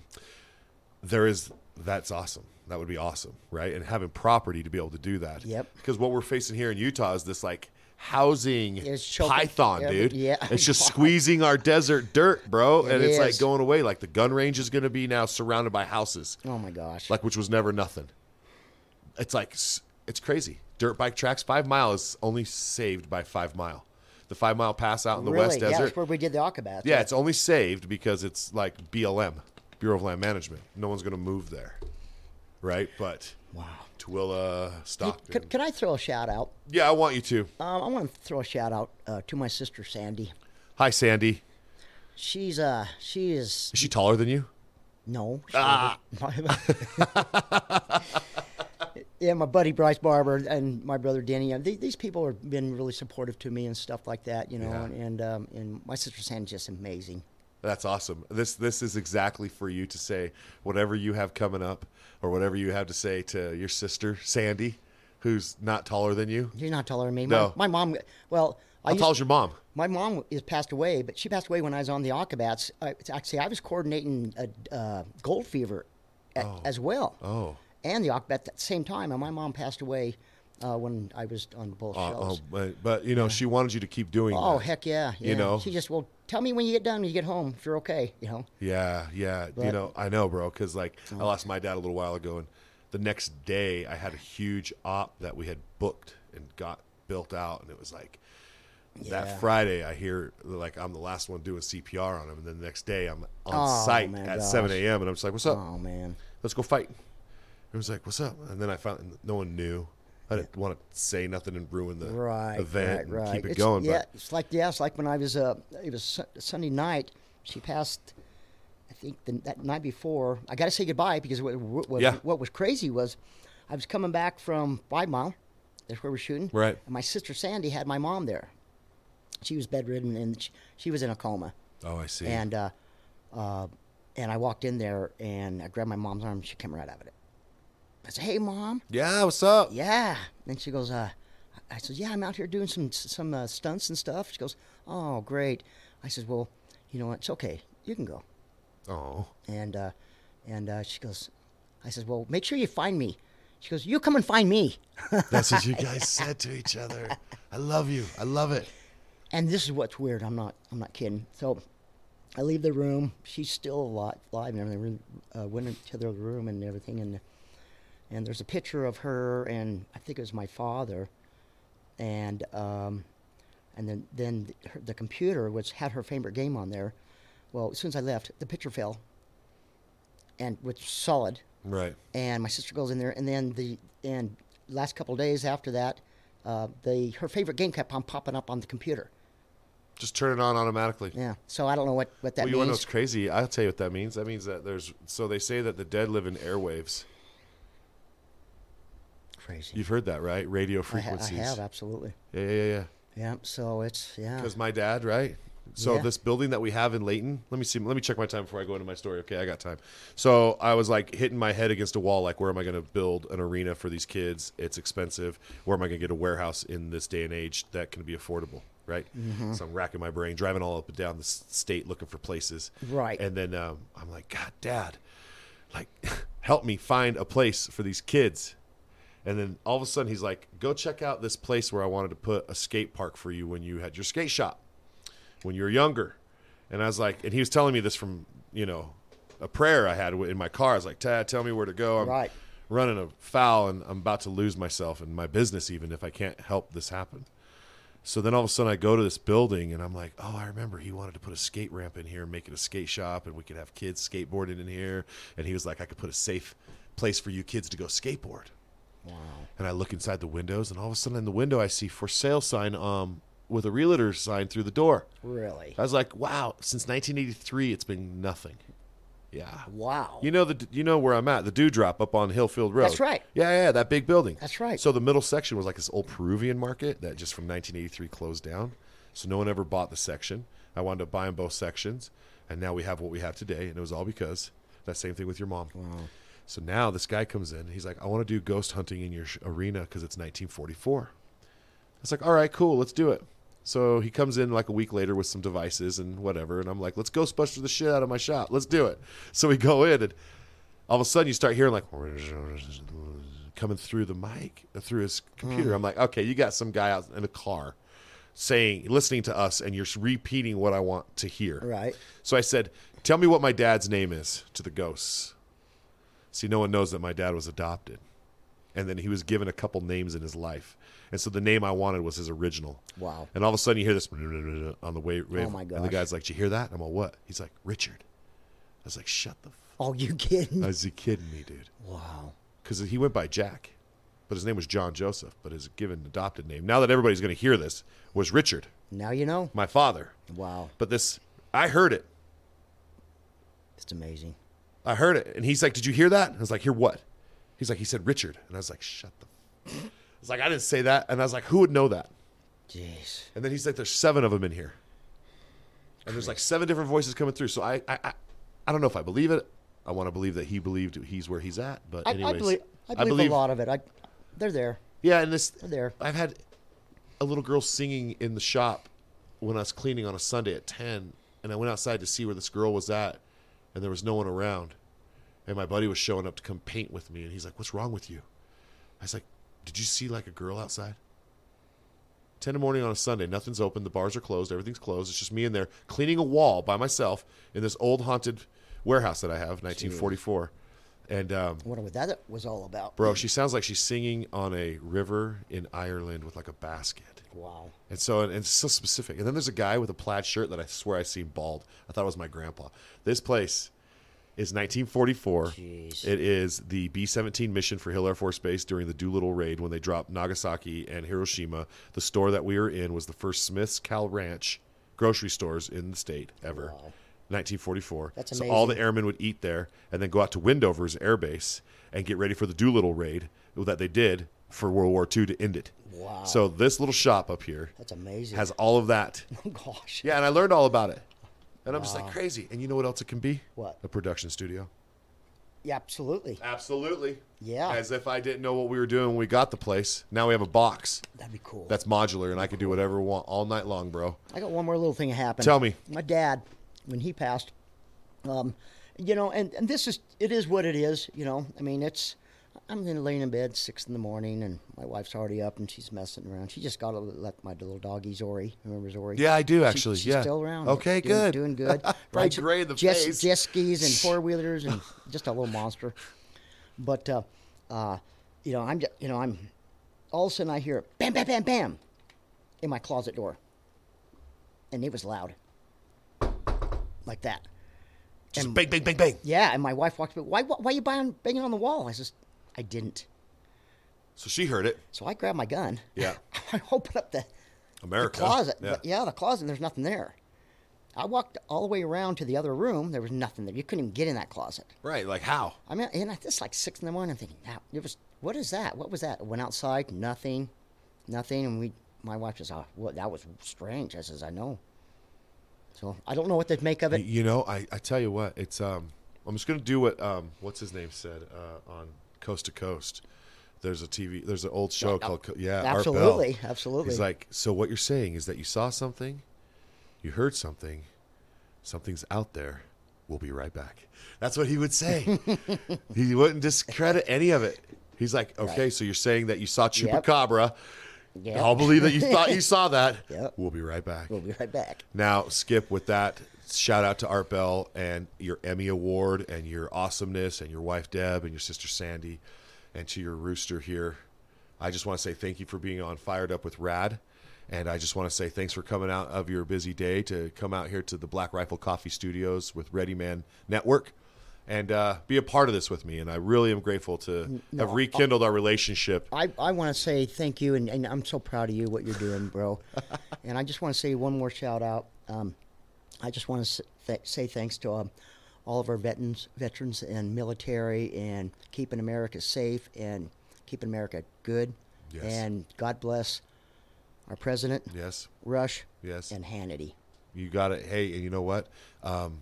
there is that's awesome. That would be awesome, right? And having property to be able to do that.
Yep.
Because what we're facing here in Utah is this like housing
It's choking
python,
every-
dude.
yeah.
It's just squeezing our desert dirt, bro. and
It
it's like
is.
going away. Like the gun range is going to be now surrounded by houses,
Oh, my gosh.
like which was never nothing. It's like s- it's crazy. Dirt bike tracks five mile is only saved by five mile. The five mile pass out in the
really?
West
Yeah,
Desert.
that's where we did the Akabats.
Yeah, it's only saved because it's like BLM, Bureau of Land Management. No one's going to move there, right? But wow, Twilla, Stockton.
Could, could I throw a shout out?
yeah, I want you to.
Um, I want to throw a shout out uh, to my sister Sandy.
Hi, Sandy.
She's uh, she is
Is she taller than you?
No.
Ah.
yeah, my buddy Bryce Barber and my brother Danny. uh, th- These people have been really supportive to me and stuff like that, you know.
Yeah.
And and, um, and my sister Sandy's just amazing.
That's awesome. This this is exactly for you to say whatever you have coming up or whatever you have to say to your sister Sandy, who's not taller than you.
You're not taller than me.
No.
My, my mom. Well, I
How
used,
tall is your mom?
my mom is passed away, but she passed away when I was on the Aquabats. I, it's actually, I was coordinating a uh, Gold Fever a as well.
Oh.
And the Aquabat at the same time, and my mom passed away uh, when I was on both
Uh,
shows.
oh, but, but you know she wanted you to keep doing.
Oh
that.
heck yeah,
You
yeah.
know?
she just well tell me when you get done, when you get home, if you're okay, you know.
Yeah, yeah. you
But-
know, I know, bro, because like I lost my dad a little while ago, and the next day I had a huge op that we had booked and got built out, and it was like that Friday I hear like I'm the last one doing CPR on him, and then the next day I'm on
Oh,
site
my
at
gosh.
7 a.m. and I'm just like, "What's up?
Oh man,
Let's go fight." It was like, "What's up?" And then I found and no one knew. I didn't want to say nothing and ruin the
right,
event
right, right.
and keep it
It's-
going.
Yeah,
But
it's like yeah, it's like when I was uh, it was Su- Sunday night. She passed, I think the, that night before. I got to say goodbye because what what, what-
Yeah.
what was crazy was, I was coming back from Five Mile, that's where we're shooting.
Right.
And my sister Sandy had my mom there. She was bedridden and she, she was in a coma.
oh, I see.
And uh, uh, and I walked in there and I grabbed my mom's arm. She came right out of it. I said, "Hey, mom."
yeah, what's up?
Yeah. And she goes, uh, "I said, yeah, I'm out here doing some some uh, stunts and stuff." She goes, "Oh, great." I said, "Well, you know what? It's okay. You can go."
Oh,
And uh, and uh, she goes, I said, "Well, make sure you find me." She goes, "You come and find me."
That's what you guys said to each other. I love you. I love it.
and this is what's weird. I'm not. I'm not kidding. So, I leave the room. She's still alive, alive and everything. Uh, went into the other room and everything, and and there's a picture of her and I think it was my father, and um, and then then the, her, the computer which had her favorite game on there. Well, as soon as I left, the picture fell, and was solid
Right.
and my sister goes in there, and then the and last couple of days after that, uh, the her favorite game kept on popping up on the computer.
Just turn it on automatically.
Yeah, so I don't know what what that
well, you want to know
means.
what's crazy? I'll tell you what that means. That means that there's. So they say that the dead live in airwaves.
Crazy.
You've heard that, right? Radio
I, ha- I
frequencies.
have absolutely.
Yeah, yeah, yeah.
Yeah. So it's yeah.
Because my dad, right? So
Yeah.
this building that we have in Layton, let me see. Let me check my time before I go into my story. Okay, I got time. So I was like hitting my head against a wall. Like, where am I going to build an arena for these kids? It's expensive. Where am I going to get a warehouse in this day and age that can be affordable? Right.
Mm-hmm.
So I'm racking my brain, driving all up and down the s- state looking for places.
Right.
And then um, I'm like, God, Dad, like, help me find a place for these kids. And then all of a sudden he's like, "Go check out this place where I wanted to put a skate park for you when you had your skate shop when you were younger." And I was like, and he was telling me this from you know a prayer I had in my car. I was like, "Tad, tell me where to go. I'm
Right.
running a foul and I'm about to lose myself and my business even if I can't help this happen." So then all of a sudden I go to this building and I'm like, oh, I remember he wanted to put a skate ramp in here and make it a skate shop and we could have kids skateboarding in here. And he was like, I could put a safe place for you kids to go skateboard. Wow. And I look inside the windows and all of a sudden in the window I see for sale sign um with a realtor sign through the door.
Really?
I was like, wow, since 1983 it's been nothing. Yeah.
Wow.
You know the you know where I'm at, the dewdrop up on Hillfield Road.
That's right.
Yeah, yeah, yeah, that big building.
That's right.
So the middle section was like this old Peruvian market that just from 1983 closed down. So no one ever bought the section. I wound up buying both sections, and now we have what we have today. And it was all because that same thing with your mom. Wow. So now this guy comes in. He's like, I want to do ghost hunting in your sh- arena because it's 1944. It's like, all right, cool, let's do it. So he comes in like a week later with some devices and whatever, and I'm like, let's Ghostbuster the shit out of my shop. Let's do it. So we go in, and all of a sudden you start hearing like coming through the mic, through his
Mm.
computer. I'm like, okay, you got some guy out in a car saying, listening to us, and you're repeating what I want to hear.
Right.
So I said, tell me what my dad's name is to the ghosts. See, no one knows that my dad was adopted. And then he was given a couple names in his life. And so the name I wanted was his original.
Wow.
And all of a sudden you hear this on the way.
Oh my
And the
gosh.
guy's like, Did you hear that? I'm all, what? He's like, Richard. I was like, shut the f-.
Oh, you kidding?
I was like, kidding me, dude.
wow.
Because he went by Jack, but his name was John Joseph, but his given adopted name, now that everybody's going to hear this, was Richard,
Now you know.
my father.
Wow.
But this, I heard it.
It's amazing.
I heard it. And he's like, Did you hear that? And I was like, Hear what? He's like, He said Richard. And I was like, Shut the. f-" I was like, I didn't say that. And I was like, Who would know that?
Jeez.
And then he's like, There's seven of them in here. And there's like seven different voices coming through. So I, I, I, I don't know if I believe it. I want to believe that he believed he's where he's at. But
I,
anyways,
I believe. I believe, a lot of it. I, they're there.
Yeah, and this
there.
I've had a little girl singing in the shop when I was cleaning on a Sunday at ten, and I went outside to see where this girl was at, and there was no one around, and my buddy was showing up to come paint with me, and he's like, "What's wrong with you?" I was like, "Did you see like a girl outside?" Ten in the morning on a Sunday, nothing's open, the bars are closed, everything's closed. It's just me in there cleaning a wall by myself in this old haunted warehouse that I have, 1944, and um,
I wonder what that was all about.
Bro, she sounds like she's singing on a river in Ireland with like a basket.
Wow.
And so, and it's so specific. And then there's a guy with a plaid shirt that I swear I seen bald. I thought it was my grandpa. This place is 1944.
Jeez.
It is the B 17 mission for Hill Air Force Base during the Doolittle raid when they dropped Nagasaki and Hiroshima. The store that we were in was the first Smith's Cal Ranch grocery stores in the state ever. 1944.
That's
So all the
amazing.
airmen would eat there and then go out to Windovers Air Base and get ready for the Doolittle raid that they did for World War II to end it.
Wow.
So this little shop up here
That's amazing.
has all of that.
oh gosh.
Yeah, and I learned all about it. And I'm just like crazy. And you know what else it can be?
What?
A production studio.
Yeah, absolutely.
Absolutely.
Yeah.
As if I didn't know what we were doing when we got the place. Now we have a box
That'd be cool.
that's modular and I can do whatever I want all night long, bro.
I got one more little thing that happened.
Tell me.
My dad, when he passed, um, you know, and, and this is it is what it is, you know. I mean, it's I'm gonna laying in bed six in the morning, and my wife's already up, and she's messing around. She just got to let my little doggie Zori. Remember Zori?
Yeah, I do
She-
actually.
she's
yeah.
still around.
Okay,
Doing-
good.
Doing good.
Probably
Rides
gray in the
jet,
face.
Jet skis and four wheelers, and just a little monster. But uh, uh, you know, I'm ju- you know I'm all of a sudden I hear bam, bam, bam, bam in my closet door, and it was loud, like that.
Just bang, bang, bang, bang.
Yeah, and my wife walked. up, Why why, why you banging, banging on the wall? I says I didn't.
So she heard it.
So I grabbed my gun.
Yeah.
I opened up the
America.
the closet.
Yeah.
But yeah, the closet. There's nothing there. I walked all the way around to the other room. There was nothing there. You couldn't even get in that closet.
Right. Like how?
I mean, and at this like six in the morning, I'm thinking, now it was what is that? What was that? I went outside, nothing, nothing, and we. My wife was, oh, well, that was strange. I says, I know. So I don't know what to make of
Y-
it.
You know, I, I tell you what, it's um I'm just gonna do what um what's his name said uh, on Coast to Coast. There's a TV. There's an old show called Co- Yeah. Art Bell.
Absolutely, absolutely.
He's like, so what you're saying is that you saw something, you heard something, something's out there. We'll be right back. That's what he would say. he wouldn't discredit any of it. He's like, okay, so you're saying that you saw
Yep.
Chupacabra.
Yep.
I'll believe that you thought you saw that.
Yep.
We'll be right back.
We'll be right back.
Now, Skip, with that, shout out to Art Bell and your Emmy Award and your awesomeness and your wife Deb and your sister Sandy and to your rooster here. I just want to say thank you for being on Fired Up with Rad. And I just want to say thanks for coming out of your busy day to come out here to the Black Rifle Coffee Studios with Ready Man Network and uh, be a part of this with me. And I really am grateful to have rekindled our relationship.
I, I want to say thank you, and, and I'm so proud of you, what you're doing, bro. and I just want to say one more shout out. Um, I just want to th- say thanks to um, all of our veterans, veterans and military, and keeping America safe and keeping America good.
Yes.
And God bless our president,
Yes.
Rush,
Yes.
and Hannity.
You got it. Hey, and you know what? Um,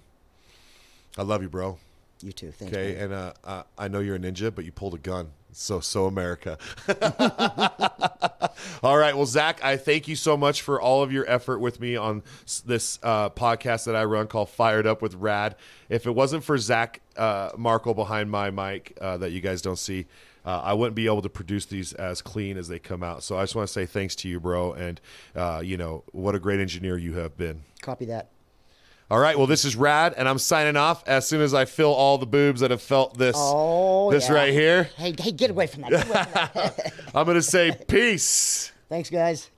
I love you, bro.
You too. Thanks.
Okay,
man.
and uh, uh, I know you're a ninja, but you pulled a gun. So, so America. all right. Well, Zach, I thank you so much for all of your effort with me on s- this uh, podcast that I run called Fired Up with Rad. If it wasn't for Zach uh, Markle behind my mic uh, that you guys don't see, uh, I wouldn't be able to produce these as clean as they come out. So I just want to say thanks to you, bro. And, uh, you know, what a great engineer you have been.
Copy that.
All right. Well, this is rad, and I'm signing off as soon as I fill all the boobs that have felt this.
Oh,
this
yeah.
right here.
Hey, hey, get away from that. Get away from that.
I'm gonna say peace.
Thanks, guys.